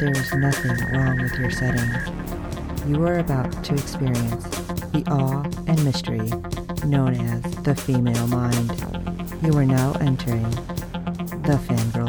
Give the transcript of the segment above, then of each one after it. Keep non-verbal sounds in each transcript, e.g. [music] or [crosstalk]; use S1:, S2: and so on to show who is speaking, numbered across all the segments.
S1: there is nothing wrong with your settings. You are about to experience the awe and mystery known as the female mind. You are now entering the fangirl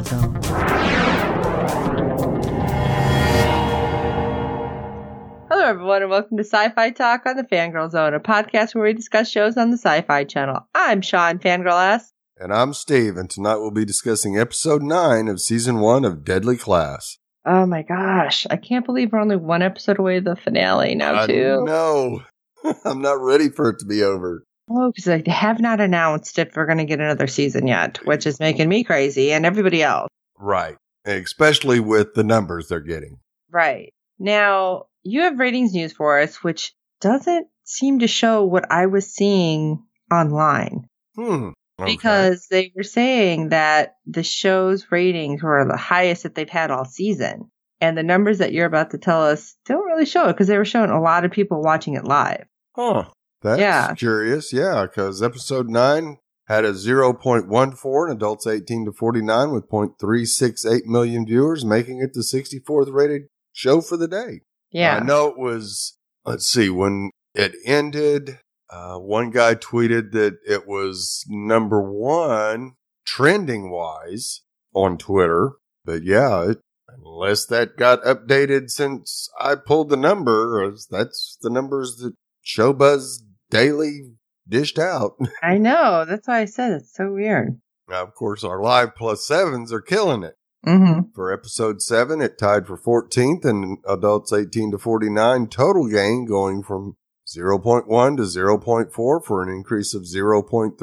S1: zone.
S2: Hello, everyone, and welcome to Sci Fi Talk on the Fangirl Zone, a podcast where we discuss shows on the Sci Fi Channel. I'm Sean Fangirl S.
S3: And I'm Steve, and tonight we'll be discussing episode 9 of season 1 of Deadly Class.
S2: Oh my gosh, I can't believe we're only one episode away the finale now,
S3: I
S2: too.
S3: No, [laughs] I'm not ready for it to be over.
S2: Oh, because they have not announced if we're going to get another season yet, which is making me crazy and everybody else.
S3: Right, especially with the numbers they're getting.
S2: Right. Now, you have ratings news for us, which doesn't seem to show what I was seeing online.
S3: Hmm. Okay.
S2: because they were saying that the show's ratings were the highest that they've had all season. And the numbers that you're about to tell us don't really show it because they were showing a lot of people watching it live.
S3: Huh. That's
S2: Yeah.
S3: curious. Yeah, because episode 9 had a 0.14 in adults 18 to 49 with 0.368 million viewers, making it the 64th rated show for the day. I
S2: Yeah.
S3: know it was, let's see, when it ended, uh, one guy tweeted that it was number one trending wise on Twitter. But yeah, it, unless that got updated since I pulled the number, or that's the numbers that Showbuzz Daily dished out. [laughs]
S2: I know. That's why I said it's so weird.
S3: now, of course, our live plus sevens are killing it.
S2: Mm-hmm.
S3: For episode 7, it tied for 14th in adults 18 to 49 total gain going from 0.1 to 0.4 for an increase of 0.3.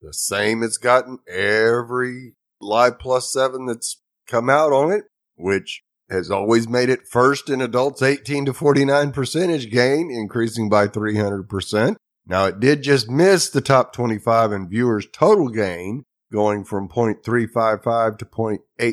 S3: The same it's gotten every Live Plus 7 that's come out on it, which has always made it first in adults 18 to 49 percentage gain, increasing by 300%. Now it did just miss the top 25 in viewers total gain, going from 0.355 to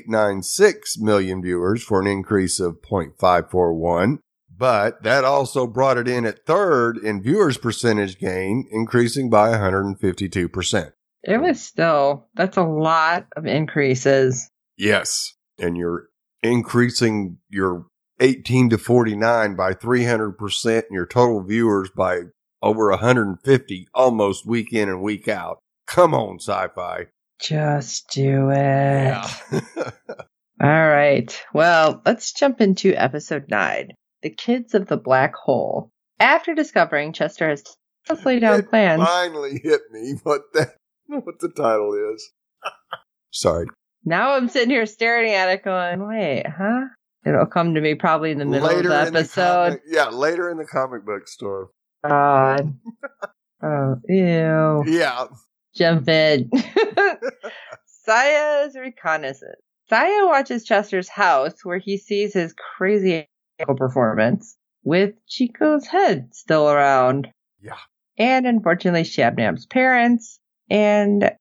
S3: 0.896 million viewers for an increase of 0.541. But that also brought it in at third in viewers percentage gain, increasing by 152%.
S2: It was still, that's a lot of increases.
S3: Yes. And you're increasing your 18 to 49 by 300% and your total viewers by over 150 almost week in and week out. Come on, sci fi.
S2: Just do it. All right. Well, let's jump into episode nine The Kids of the Black Hole. After discovering Chester has tossed down
S3: It
S2: plans.
S3: finally hit me what that [laughs] what the title is. Sorry.
S2: Now I'm sitting here staring at it going, wait, huh? It'll come to me probably in the middle of
S3: in
S2: the
S3: the
S2: episode.
S3: comic- yeah, later in the comic book store. [laughs]
S2: God. Oh, ew.
S3: Yeah.
S2: Jump in. [laughs] Saya's reconnaissance. Saya watches Chester's house where he sees his crazy ankle performance with Chico's head still around.
S3: Yeah.
S2: And unfortunately, Shabnam's parents and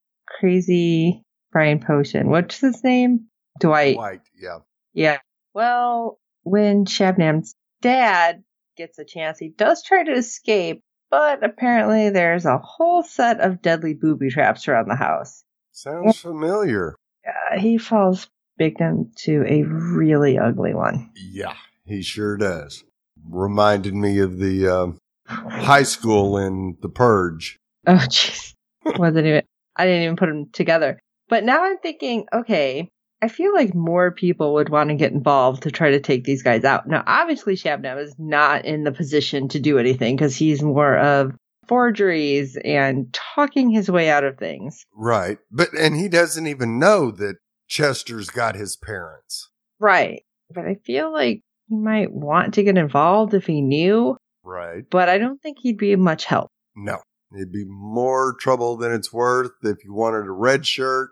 S2: crazy Brian Potion. What's his name? Dwight.
S3: White. Yeah.
S2: Yeah. Well, when Shabnam's dad gets a chance, he does try to escape, but apparently there's a whole set of deadly booby traps around the house.
S3: Sounds familiar.
S2: Uh, he falls victim to a really ugly
S3: [sighs]
S2: one. [sighs]
S3: Yeah, he sure does. Reminded me of the um high school in The Purge.
S2: Oh, [laughs] jeez. Wasn't even, I didn't even put them together. But now I'm thinking, okay, I feel like more people would want to get involved to try to take these guys out. Now, obviously, Shabnam is not in the position to do anything because he's more of forgeries and talking his way out of things.
S3: Right. But and he doesn't even know that Chester's got his parents.
S2: Right. But I feel like he might want to get involved if he knew,
S3: Right.
S2: but I don't think he'd be much help.
S3: No. It'd be more trouble than it's worth if you wanted a red shirt.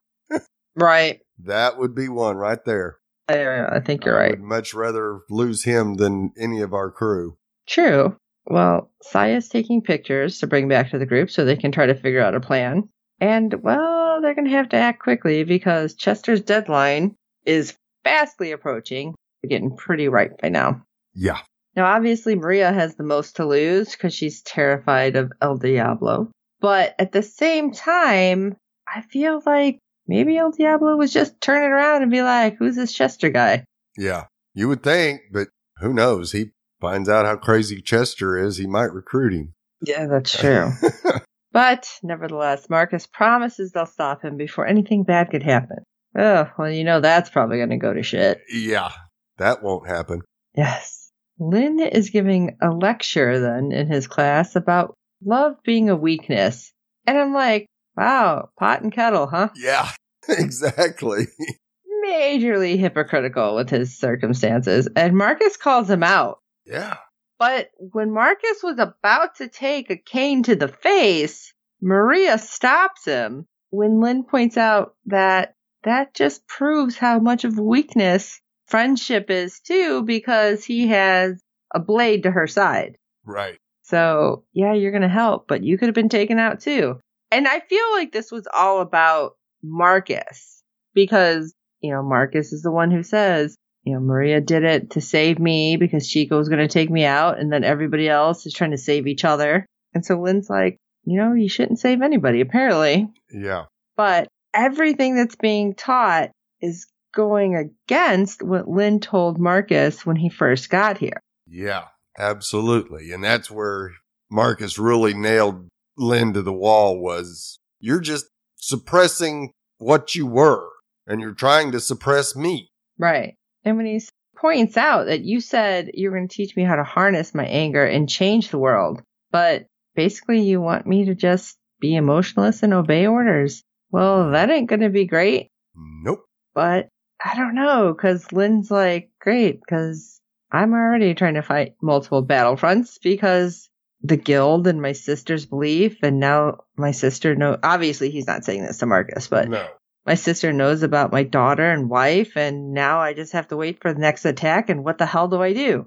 S2: Right.
S3: That would be one right there.
S2: I, I think you're
S3: I
S2: right.
S3: would much rather lose him than any of our crew.
S2: True. Well, Saya's taking pictures to bring back to the group so they can try to figure out a plan. And, well, they're going to have to act quickly because Chester's deadline is fastly approaching. We're getting pretty ripe by now.
S3: Yeah.
S2: Now, obviously, Maria has the most to lose because she's terrified of El Diablo. But at the same time, I feel like maybe El Diablo was just turning around and be like, who's this Chester guy?
S3: Yeah. You would think, but who knows? He finds out how crazy Chester is. He might recruit him.
S2: Yeah, that's
S3: [laughs]
S2: true. But nevertheless, Marcus promises they'll stop him before anything bad could happen. Oh, well, you know that's probably going to go to shit.
S3: yeah. That won't happen.
S2: Yes. Lynn is giving a lecture then in his class about love being a weakness. And I'm like, wow, pot and kettle, huh?
S3: Yeah. [laughs] Exactly.
S2: Majorly hypocritical with his circumstances. And Marcus calls him out.
S3: yeah.
S2: But when Marcus was about to take a cane to the face, Maria stops him when Lynn points out that that just proves how much of a weakness friendship is too because he has a blade to her side.
S3: Right.
S2: So, yeah, you're going to help, but you could have been taken out too. And I feel like this was all about Marcus because, you know, Marcus is the one who says, you know, Maria did it to save me because Chico was going to take me out. And then everybody else is trying to save each other. And so Lynn's like, you know, you shouldn't save anybody, apparently
S3: Yeah.
S2: but everything that's being taught is going against what Lynn told Marcus when he first got here.
S3: Yeah. Absolutely. And that's where Marcus really nailed Lynn to the wall was you're just suppressing what you were and you're trying to suppress me.
S2: Right. And when he s- points out that you said you were going to teach me how to harness my anger and change the world, but basically you want me to just be emotionless and obey orders. Well, that ain't going to be great,
S3: Nope.
S2: but I don't know because Lynn's like, great, because I'm already trying to fight multiple battlefronts because the guild and my sister's belief, and now my sister know. Obviously, he's not saying this to Marcus, but
S3: no.
S2: my sister knows about my daughter and wife, and now I just have to wait for the next attack. And what the hell do I do?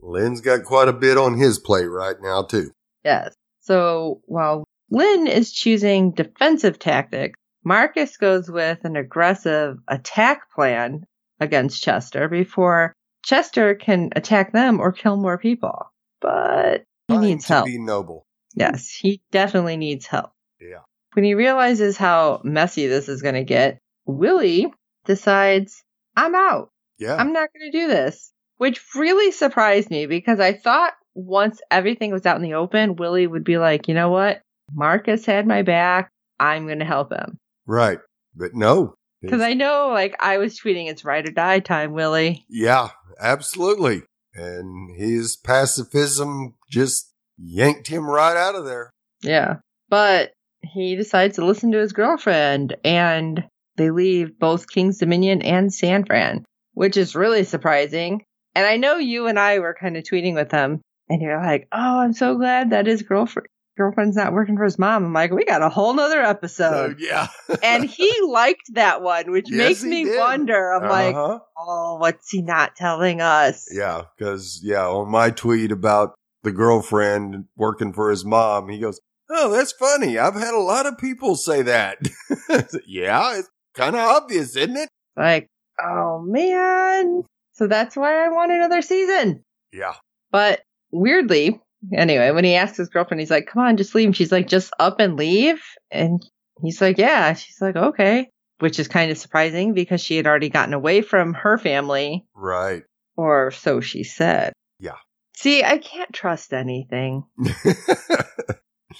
S3: Lynn's got quite a bit on his plate right now, too.
S2: Yes. So while Lynn is choosing defensive tactics, Marcus goes with an aggressive attack plan against Chester before Chester can attack them or kill more people. But he
S3: Trying
S2: needs
S3: to
S2: help.
S3: Be noble.
S2: Yes, he definitely needs help.
S3: Yeah.
S2: When he realizes how messy this is going to get, Willie decides, I'm out.
S3: Yeah.
S2: I'm not going to do this, which really surprised me because I thought once everything was out in the open, Willie would be like, you know what? Marcus had my back. I'm going to help him.
S3: right. But no.
S2: Because I know, like, I was tweeting, it's ride or die time, Willie.
S3: Yeah, absolutely. And his pacifism just yanked him right out of there.
S2: Yeah. But he decides to listen to his girlfriend and they leave both King's Dominion and San Fran, which is really surprising. And I know you and I were kind of tweeting with him and you're like, Oh, I'm so glad that his girlfriend girlfriend's not working for his mom. I'm like, we got a whole nother
S3: So,
S2: episode.
S3: yeah.
S2: and
S3: [laughs]
S2: he liked that one, which
S3: Yes,
S2: makes
S3: he
S2: me
S3: did.
S2: wonder. I'm like,
S3: Uh-huh.
S2: Oh, what's he not telling us?
S3: yeah, because, yeah, on my tweet about the girlfriend working for his mom, he goes, Oh, that's funny. I've had a lot of people say that. [laughs] yeah, it's kind of obvious, isn't it?
S2: Like, oh man. So that's why I want another season.
S3: Yeah.
S2: But weirdly, anyway, when he asks his girlfriend, he's like, come on, just leave. And she's like, just up and leave. And he's like, yeah. She's like, okay, which is kind of surprising because she had already gotten away from her family,
S3: Right. [laughs]
S2: or so she said.
S3: Yeah.
S2: See, I can't trust anything.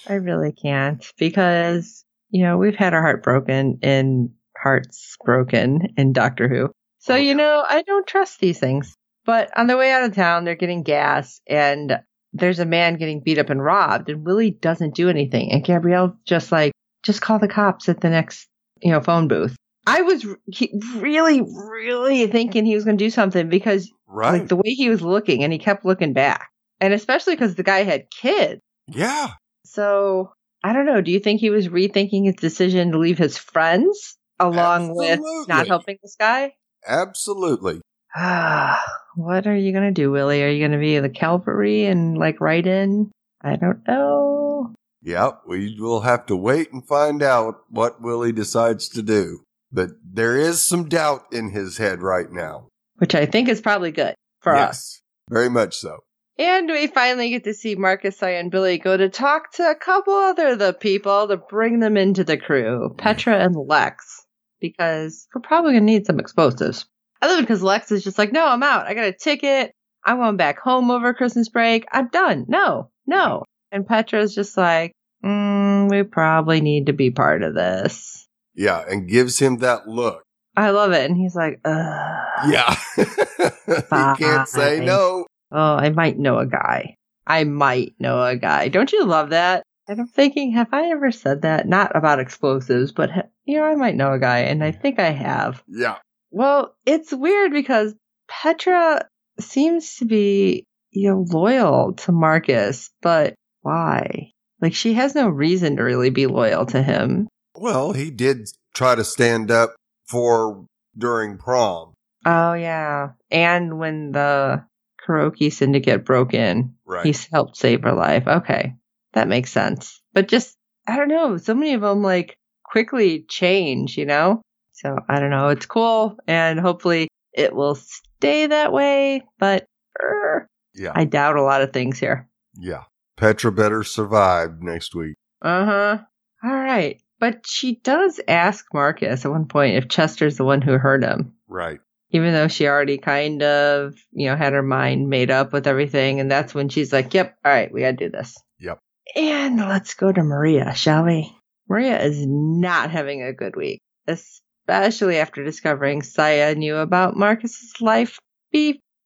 S2: I really can't because, you know, we've had our heart broken and hearts broken in Doctor Who. So,
S3: Oh, yeah.
S2: you know, I don't trust these things. But on their way out of town, they're getting gas and there's a man getting beat up and robbed and Willie doesn't do anything. And Gabrielle just like, just call the cops at the next, you know, phone booth. I was re- he- really, really thinking he was going to do something because
S3: right.
S2: like the way he was looking and he kept looking back. And especially because the guy had kids.
S3: yeah.
S2: So I don't know. Do you think he was rethinking his decision to leave his friends along with
S3: Absolutely.
S2: not helping this guy? [sighs]
S3: Absolutely.
S2: what are you going to do, Willie? Are you going to be the cavalry and like right in? I don't know.
S3: Yep, we will have to wait and find out what Willie decides to do. But there is some doubt in his head right now.
S2: Which I think is probably good for us.
S3: Very much so.
S2: And we finally get to see Marcus I and Billy go to talk to a couple other of the people to bring them into the crew, Petra and Lex, because we're probably gonna need some explosives. Other because Lex is just like, no, I'm out. I got a ticket. I'm going back home over Christmas break. I'm done. No, no. And Petra's just like, mm, we probably need to be part of this.
S3: Yeah, and gives him that look.
S2: I love it. And he's like, ugh.
S3: Yeah. [laughs] he
S2: Uh-huh.
S3: can't say
S2: Bye.
S3: no.
S2: Oh, I might know a guy. I might know a guy. Don't you love that? And I'm thinking, have I ever said that? Not about explosives, but ha- you know, I might know a guy, and I think I have.
S3: Yeah.
S2: Well, it's weird because Petra seems to be you know, loyal to Marcus, but why? Like she has no reason to really be loyal to him.
S3: Well, he did try to stand up for during prom,
S2: Oh yeah, and when the karaoke syndicate broke in,
S3: right?
S2: He's helped save her life. Okay. That makes sense. But just, I don't know. So many of them like quickly change, you know? So I don't know. It's cool. And hopefully it will stay that way. But er,
S3: yeah.
S2: I doubt a lot of things here.
S3: yeah. Petra better survive next week.
S2: Uh huh. All right. But she does ask Marcus at one point if Chester's the one who hurt him,
S3: Right.
S2: even though she already kind of, you know, had her mind made up with everything. And that's when she's like, yep, all right, we got to do this.
S3: Yep.
S2: And let's go to Maria, shall we? Maria is not having a good week, especially after discovering Saya knew about Marcus's life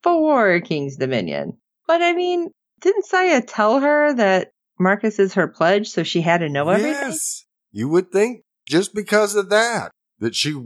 S2: before King's Dominion. But I mean, didn't Saya tell her that Marcus is her pledge, so she had to know everything?
S3: Yes. You would think just because of that, that she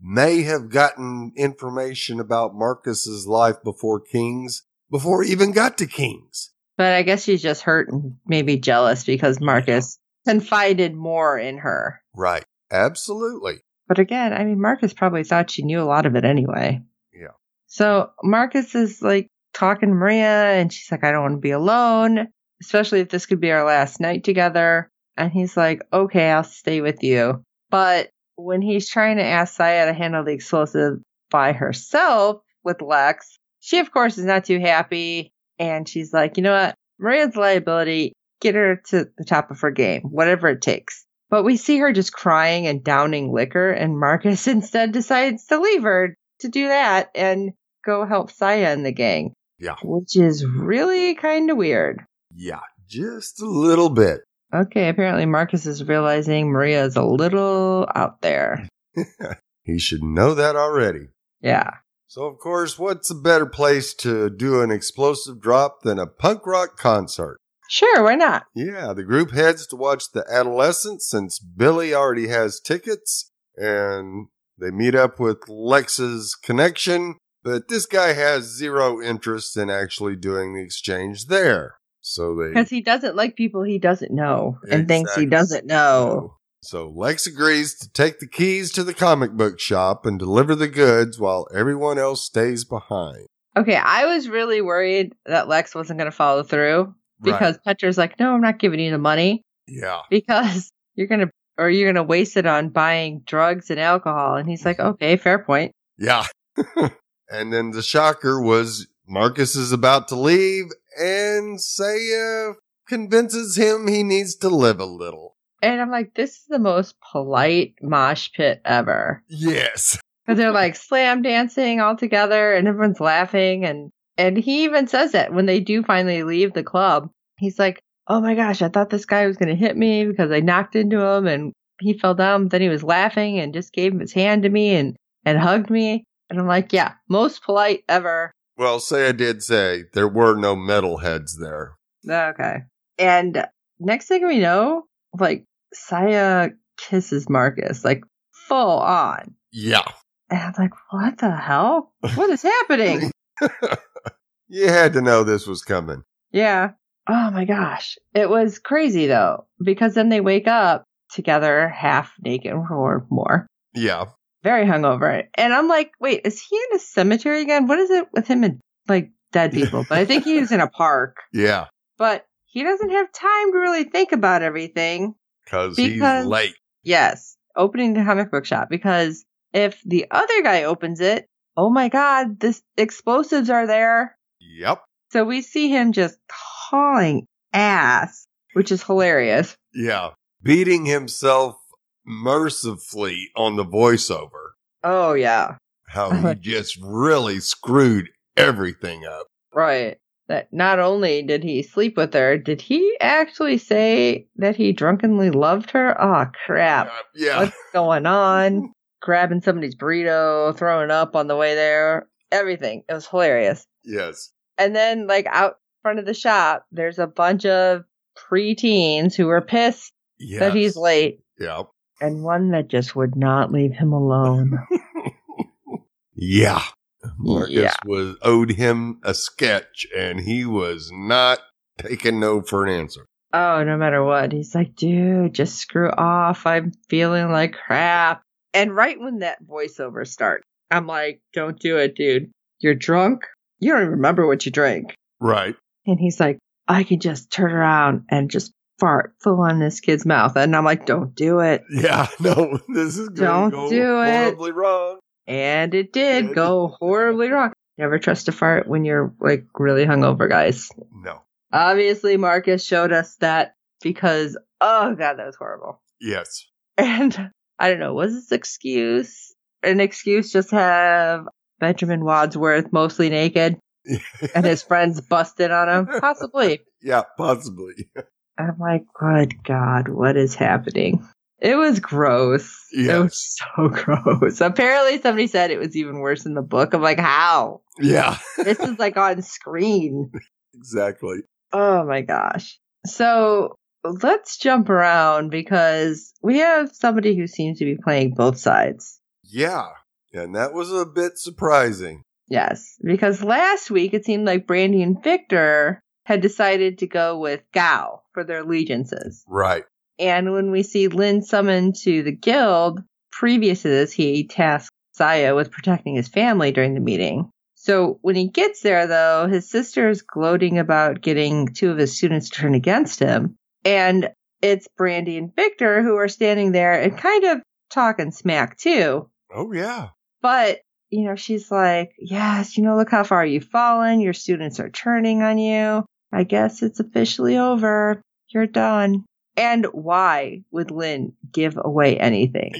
S3: may have gotten information about Marcus's life before King's, before he even got to King's.
S2: But I guess she's just hurt and maybe jealous because Marcus confided more in her.
S3: Right. Absolutely.
S2: But again, I mean, Marcus probably thought she knew a lot of it anyway.
S3: Yeah.
S2: So Marcus is like talking to Maria, and she's like, I don't want to be alone, especially if this could be our last night together. And he's like, okay, I'll stay with you. But when he's trying to ask Saya to handle the explosive by herself with Lex, she, of course, is not too happy. And she's like, you know what? Maria's liability, get her to the top of her game, whatever it takes. But we see her just crying and downing liquor, and Marcus [laughs] instead decides to leave her to do that and go help Saya and the gang.
S3: Yeah.
S2: Which is really kind of weird.
S3: Yeah. Just a little bit.
S2: Okay, apparently Marcus is realizing Maria is a little out there.
S3: He should know that already.
S2: Yeah.
S3: So, of course, what's a better place to do an explosive drop than a punk rock concert?
S2: Sure, why not?
S3: Yeah, the group heads to watch the adolescent since Billy already has tickets and they meet up with Lex's connection, but this guy has zero interest in actually doing the exchange there. So they
S2: Because he doesn't like people he doesn't know and thinks he
S3: Exactly.
S2: doesn't know.
S3: So Lex agrees to take the keys to the comic book shop and deliver the goods while everyone else stays behind.
S2: Okay, I was really worried that Lex wasn't going to follow through
S3: Right.
S2: because Petra's like, no, I'm not giving you the money.
S3: Yeah.
S2: because [laughs] you're gonna or you're gonna waste it on buying drugs and alcohol and he's like okay fair point
S3: Yeah. and then the shocker was Marcus is about to leave, and Saya convinces him he needs to live a little.
S2: and i'm like this is the most polite mosh pit ever
S3: Yes.
S2: because they're like slam dancing all together and everyone's laughing and and he even says that when they do finally leave the club he's like oh my gosh i thought this guy was gonna hit me because i knocked into him and he fell down but then he was laughing and just gave his hand to me and and hugged me and i'm like yeah most polite ever
S3: Well, Saya did say there were no metalheads there.
S2: Oh, Okay. And next thing we know, like Saya kisses Marcus, like full on.
S3: Yeah.
S2: And I'm like, what the hell? What is happening?
S3: [laughs] You had to know this was coming.
S2: yeah. Oh my gosh. It was crazy though, because then they wake up together half naked or more.
S3: Yeah.
S2: very hungover. And I'm like, wait, is he in a cemetery again? What is it with him and like dead people? But I think he's in a park.
S3: Yeah,
S2: But he doesn't have time to really think about everything.
S3: cause
S2: Because-
S3: he's late.
S2: Yes, opening the comic book shop because if the other guy opens it, oh my god, this explosives are there.
S3: Yep.
S2: So we see him just hauling ass, which is hilarious.
S3: Yeah. Beating himself mercifully on the voiceover.
S2: Oh yeah,
S3: How he just really screwed everything up.
S2: right. That not only did he sleep with her, did he actually say that he drunkenly loved her? Oh crap.
S3: Uh, yeah.
S2: What's going on? Grabbing somebody's burrito, throwing up on the way there, everything. It was hilarious.
S3: Yes.
S2: And then, like out front of the shop, there's a bunch of preteens who are pissed
S3: Yes.
S2: that he's late,
S3: Yeah.
S2: and one that just would not leave him alone.
S3: Yeah. Marcus
S2: Yeah.
S3: was owed him a sketch and he was not taking no for an answer.
S2: oh, no matter what, he's like, dude, just screw off. I'm feeling like crap. And right when that voiceover starts, I'm like, don't do it, dude. You're drunk. You don't even remember what you drank.
S3: Right.
S2: And he's like, I can just turn around and just fart full on this kid's mouth. And I'm like, don't do it.
S3: Yeah. [laughs] No, this is
S2: Don't
S3: going to go
S2: do it.
S3: horribly wrong.
S2: And it did go horribly wrong. Never trust a fart when you're like really hungover, guys.
S3: No.
S2: Obviously, Marcus showed us that because, oh God, that was horrible. [laughs]
S3: Yes.
S2: And I don't know, was this excuse an excuse just have Benjamin Wadsworth mostly naked and his friends busted on him? Possibly.
S3: [laughs] yeah, possibly. [laughs]
S2: I'm like, good God, what is happening? It was gross. It was so [laughs] gross. Apparently, somebody said it was even worse in the book. I'm like, how?
S3: Yeah,
S2: This is like on screen.
S3: [laughs] exactly.
S2: Oh my gosh. So let's jump around because we have somebody who seems to be playing both sides.
S3: Yeah. And that was a bit surprising.
S2: Yes, because last week it seemed like Brandy and Victor had decided to go with Gao for their allegiances.
S3: Right.
S2: And when we see Lin summoned to the guild, previous to this, he tasked Saya with protecting his family during the meeting. So when he gets there, though, his sister is gloating about getting two of his students to turn against him. And it's Brandy and Victor who are standing there and kind of talking smack, too.
S3: Oh, yeah.
S2: But, you know, she's like, yes, you know, look how far you've fallen. Your students are turning on you. I guess it's officially over. You're done. And why would Lynn give away anything?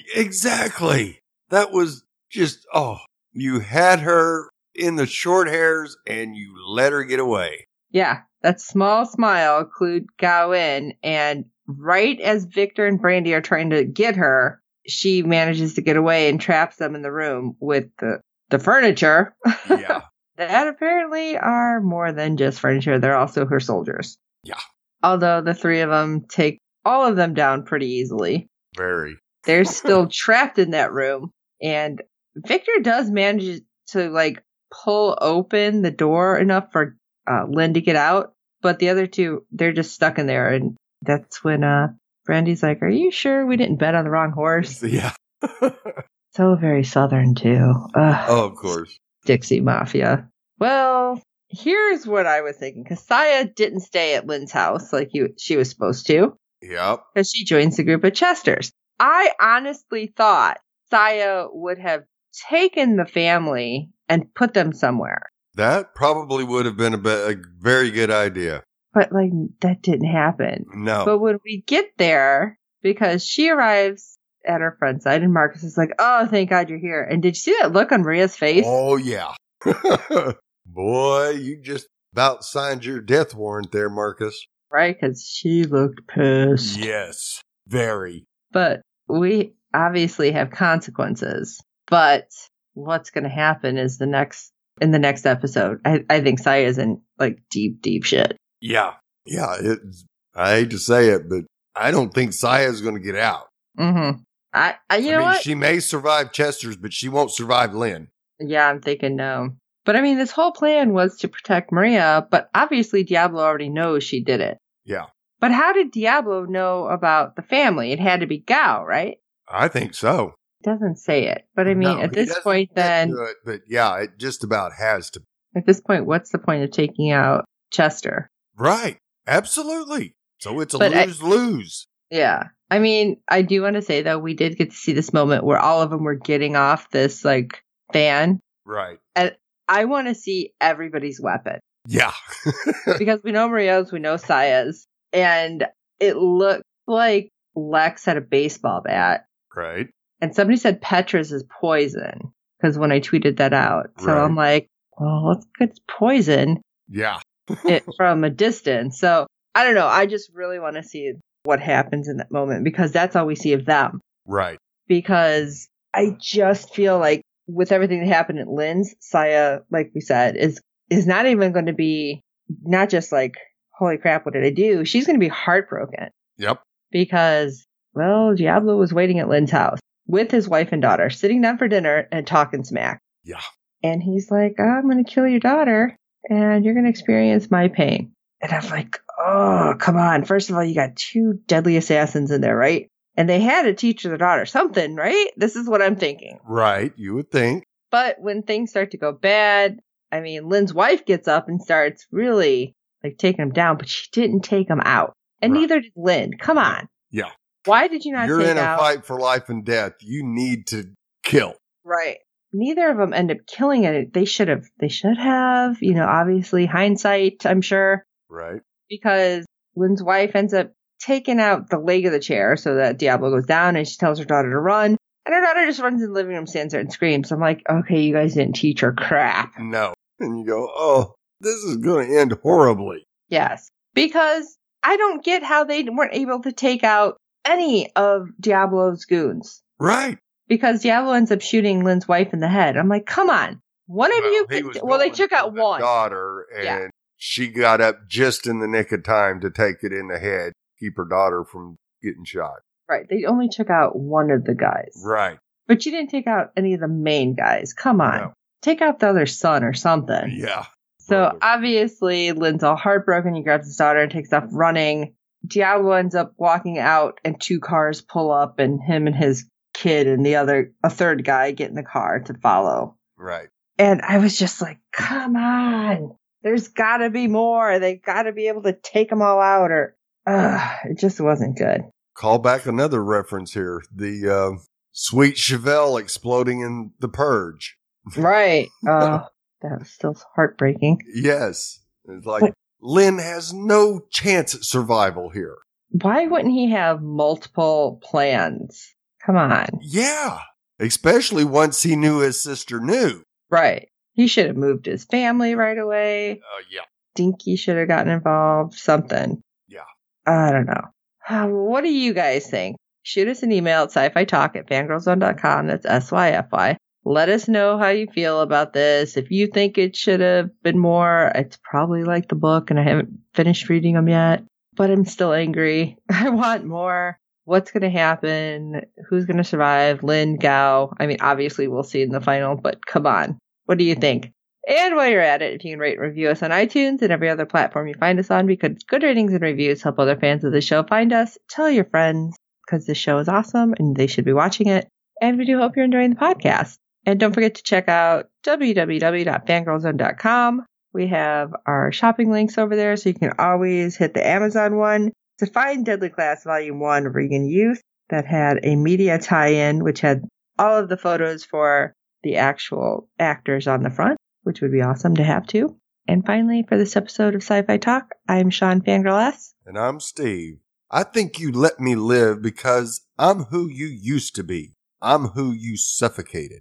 S3: Exactly. That was just, oh, you had her in the short hairs and you let her get away.
S2: Yeah, that small smile clued Gao in. And right as Victor and Brandy are trying to get her, she manages to get away and traps them in the room with the, the furniture
S3: Yeah.
S2: that apparently are more than just furniture. They're also her soldiers.
S3: Yeah.
S2: Although the three of them take all of them down pretty easily.
S3: Very.
S2: They're still trapped in that room. And Victor does manage to like pull open the door enough for uh, Lynn to get out. But the other two, they're just stuck in there. And that's when uh, Brandy's like, Are you sure we didn't bet on the wrong horse?
S3: [laughs] Yeah.
S2: So very southern, too. Ugh.
S3: Oh, of course.
S2: Dixie Mafia. Well, here's what I was thinking. Because Saya didn't stay at Lynn's house like you, she was supposed to,
S3: Yep.
S2: because she joins the group at Chester's. I honestly thought Saya would have taken the family and put them somewhere.
S3: That probably would have been a, be- a very good idea.
S2: But, like, that didn't happen.
S3: No.
S2: But when we get there, because she arrives at her friend's side, and Marcus is like, oh, thank God you're here. And did you see that look on Rhea's face?
S3: Oh, yeah. [laughs] Boy, you just about signed your death warrant there, Marcus.
S2: Right? Because she looked pissed.
S3: Yes. Very.
S2: but we obviously have consequences. But what's going to happen is the next in the next episode. I, I think Saya's in like deep, deep shit.
S3: Yeah. Yeah. It's, I hate to say it, but I don't think Saya's going to get out.
S2: Mm-hmm. I, I you
S3: I
S2: know
S3: mean,
S2: what?
S3: she may survive Chester's, but she won't survive Lynn.
S2: yeah, I'm thinking no. But I mean, this whole plan was to protect Maria, but obviously Diablo already knows she did it.
S3: Yeah.
S2: But how did Diablo know about the family? It had to be Gao, right?
S3: I think so.
S2: doesn't say it, but I mean,
S3: No,
S2: at
S3: he
S2: this
S3: doesn't
S2: point,
S3: get
S2: then
S3: to it, but yeah, it just about has to.
S2: at this point, what's the point of taking out Chester?
S3: Right. Absolutely. So it's a
S2: But uh, I-
S3: lose lose.
S2: Yeah. I mean, I do want to say though, we did get to see this moment where all of them were getting off this like van.
S3: Right.
S2: I want to see everybody's weapon
S3: Yeah.
S2: because we know Maria's, we know Saya's, and it looked like Lex had a baseball bat.
S3: Right.
S2: And somebody said Petra's is poison because when I tweeted that out, so
S3: Right.
S2: I'm like, well, let's get poison
S3: Yeah.
S2: it from a distance. So I don't know. I just really want to see what happens in that moment because that's all we see of them.
S3: Right.
S2: because I just feel like with everything that happened at Lynn's, Saya, like we said, is is not even going to be not just like, holy crap, what did I do? She's going to be heartbroken
S3: Yep.
S2: because well, Diablo was waiting at Lynn's house with his wife and daughter, sitting down for dinner and talking smack.
S3: Yeah.
S2: And he's like, I'm going to kill your daughter and you're going to experience my pain. And I'm like, oh, come on. First of all, you got two deadly assassins in there, right? And they had to teach their daughter something, right? This is what I'm thinking.
S3: Right. You would think.
S2: But when things start to go bad, I mean, Lynn's wife gets up and starts really like taking him down, but she didn't take him out. And
S3: Right.
S2: neither did Lynn. Come on.
S3: Yeah.
S2: Why did you not
S3: You're
S2: take
S3: in a
S2: out?
S3: fight for life and death. You need to kill.
S2: Right. Neither of them end up killing it. They should have. They should have. You know, obviously hindsight, I'm sure,
S3: Right.
S2: because Lynn's wife ends up taking out the leg of the chair so that Diablo goes down and she tells her daughter to run. And her daughter just runs in the living room, stands there and screams. I'm like, okay, you guys didn't teach her crap.
S3: No. And you go, oh, this is going to end horribly.
S2: Yes. Because I don't get how they weren't able to take out any of Diablo's goons.
S3: Right.
S2: Because Diablo ends up shooting Lynn's wife in the head. I'm like, come on. One of you.
S3: he
S2: could-
S3: was
S2: well, they
S3: going
S2: took
S3: for
S2: out
S3: the
S2: one.
S3: daughter, and
S2: Yeah.
S3: she got up just in the nick of time to take it in the head, keep her daughter from getting shot.
S2: Right. They only took out one of the guys.
S3: Right.
S2: But you didn't take out any of the main guys. Come on.
S3: No.
S2: Take out the other son or something.
S3: Yeah.
S2: So
S3: brother.
S2: obviously, Lynn's all heartbroken. He grabs his daughter and takes off running. Diablo ends up walking out, and two cars pull up, and him and his kid and the other, a third guy, get in the car to follow.
S3: Right.
S2: And I was just like, come on. There's got to be more. They got to be able to take them all out, or Ugh, it just wasn't good.
S3: Call back another reference here. The uh, sweet Chevelle exploding in the purge.
S2: Right. Oh, that was still heartbreaking.
S3: Yes. It's like Lynn has no chance at survival here.
S2: Why wouldn't he have multiple plans? Come on.
S3: Yeah. Especially once he knew his sister knew.
S2: Right. He should have moved his family right away.
S3: Oh, yeah.
S2: Dinky should have gotten involved. Something.
S3: Yeah.
S2: I don't know. Uh, What do you guys think? Shoot us an email at sci-fi talk at fangirlzone.com. That's S-Y-F-Y. Let us know how you feel about this. If you think it should have been more, it's probably like the book and I haven't finished reading them yet, but I'm still angry. [laughs] I want more. What's going to happen? Who's going to survive? Lynn, Gao. I mean, obviously we'll see in the final, but come on. What do you think? And while you're at it, if you can rate and review us on iTunes and every other platform you find us on, because good ratings and reviews help other fans of the show find us. Tell your friends, because the show is awesome and they should be watching it. And we do hope you're enjoying the podcast. And don't forget to check out www.fangirlzone.com. We have our shopping links over there, so you can always hit the Amazon one to find Deadly Class Volume 1 Regan Youth that had a media tie in, which had all of the photos for the actual actors on the front which would be awesome to have too. And finally, for this episode of Sci Fi Talk, I'm Sean Fangirl S.
S3: and I'm Steve. I think you let me live because I'm who you used to be. I'm who you suffocated.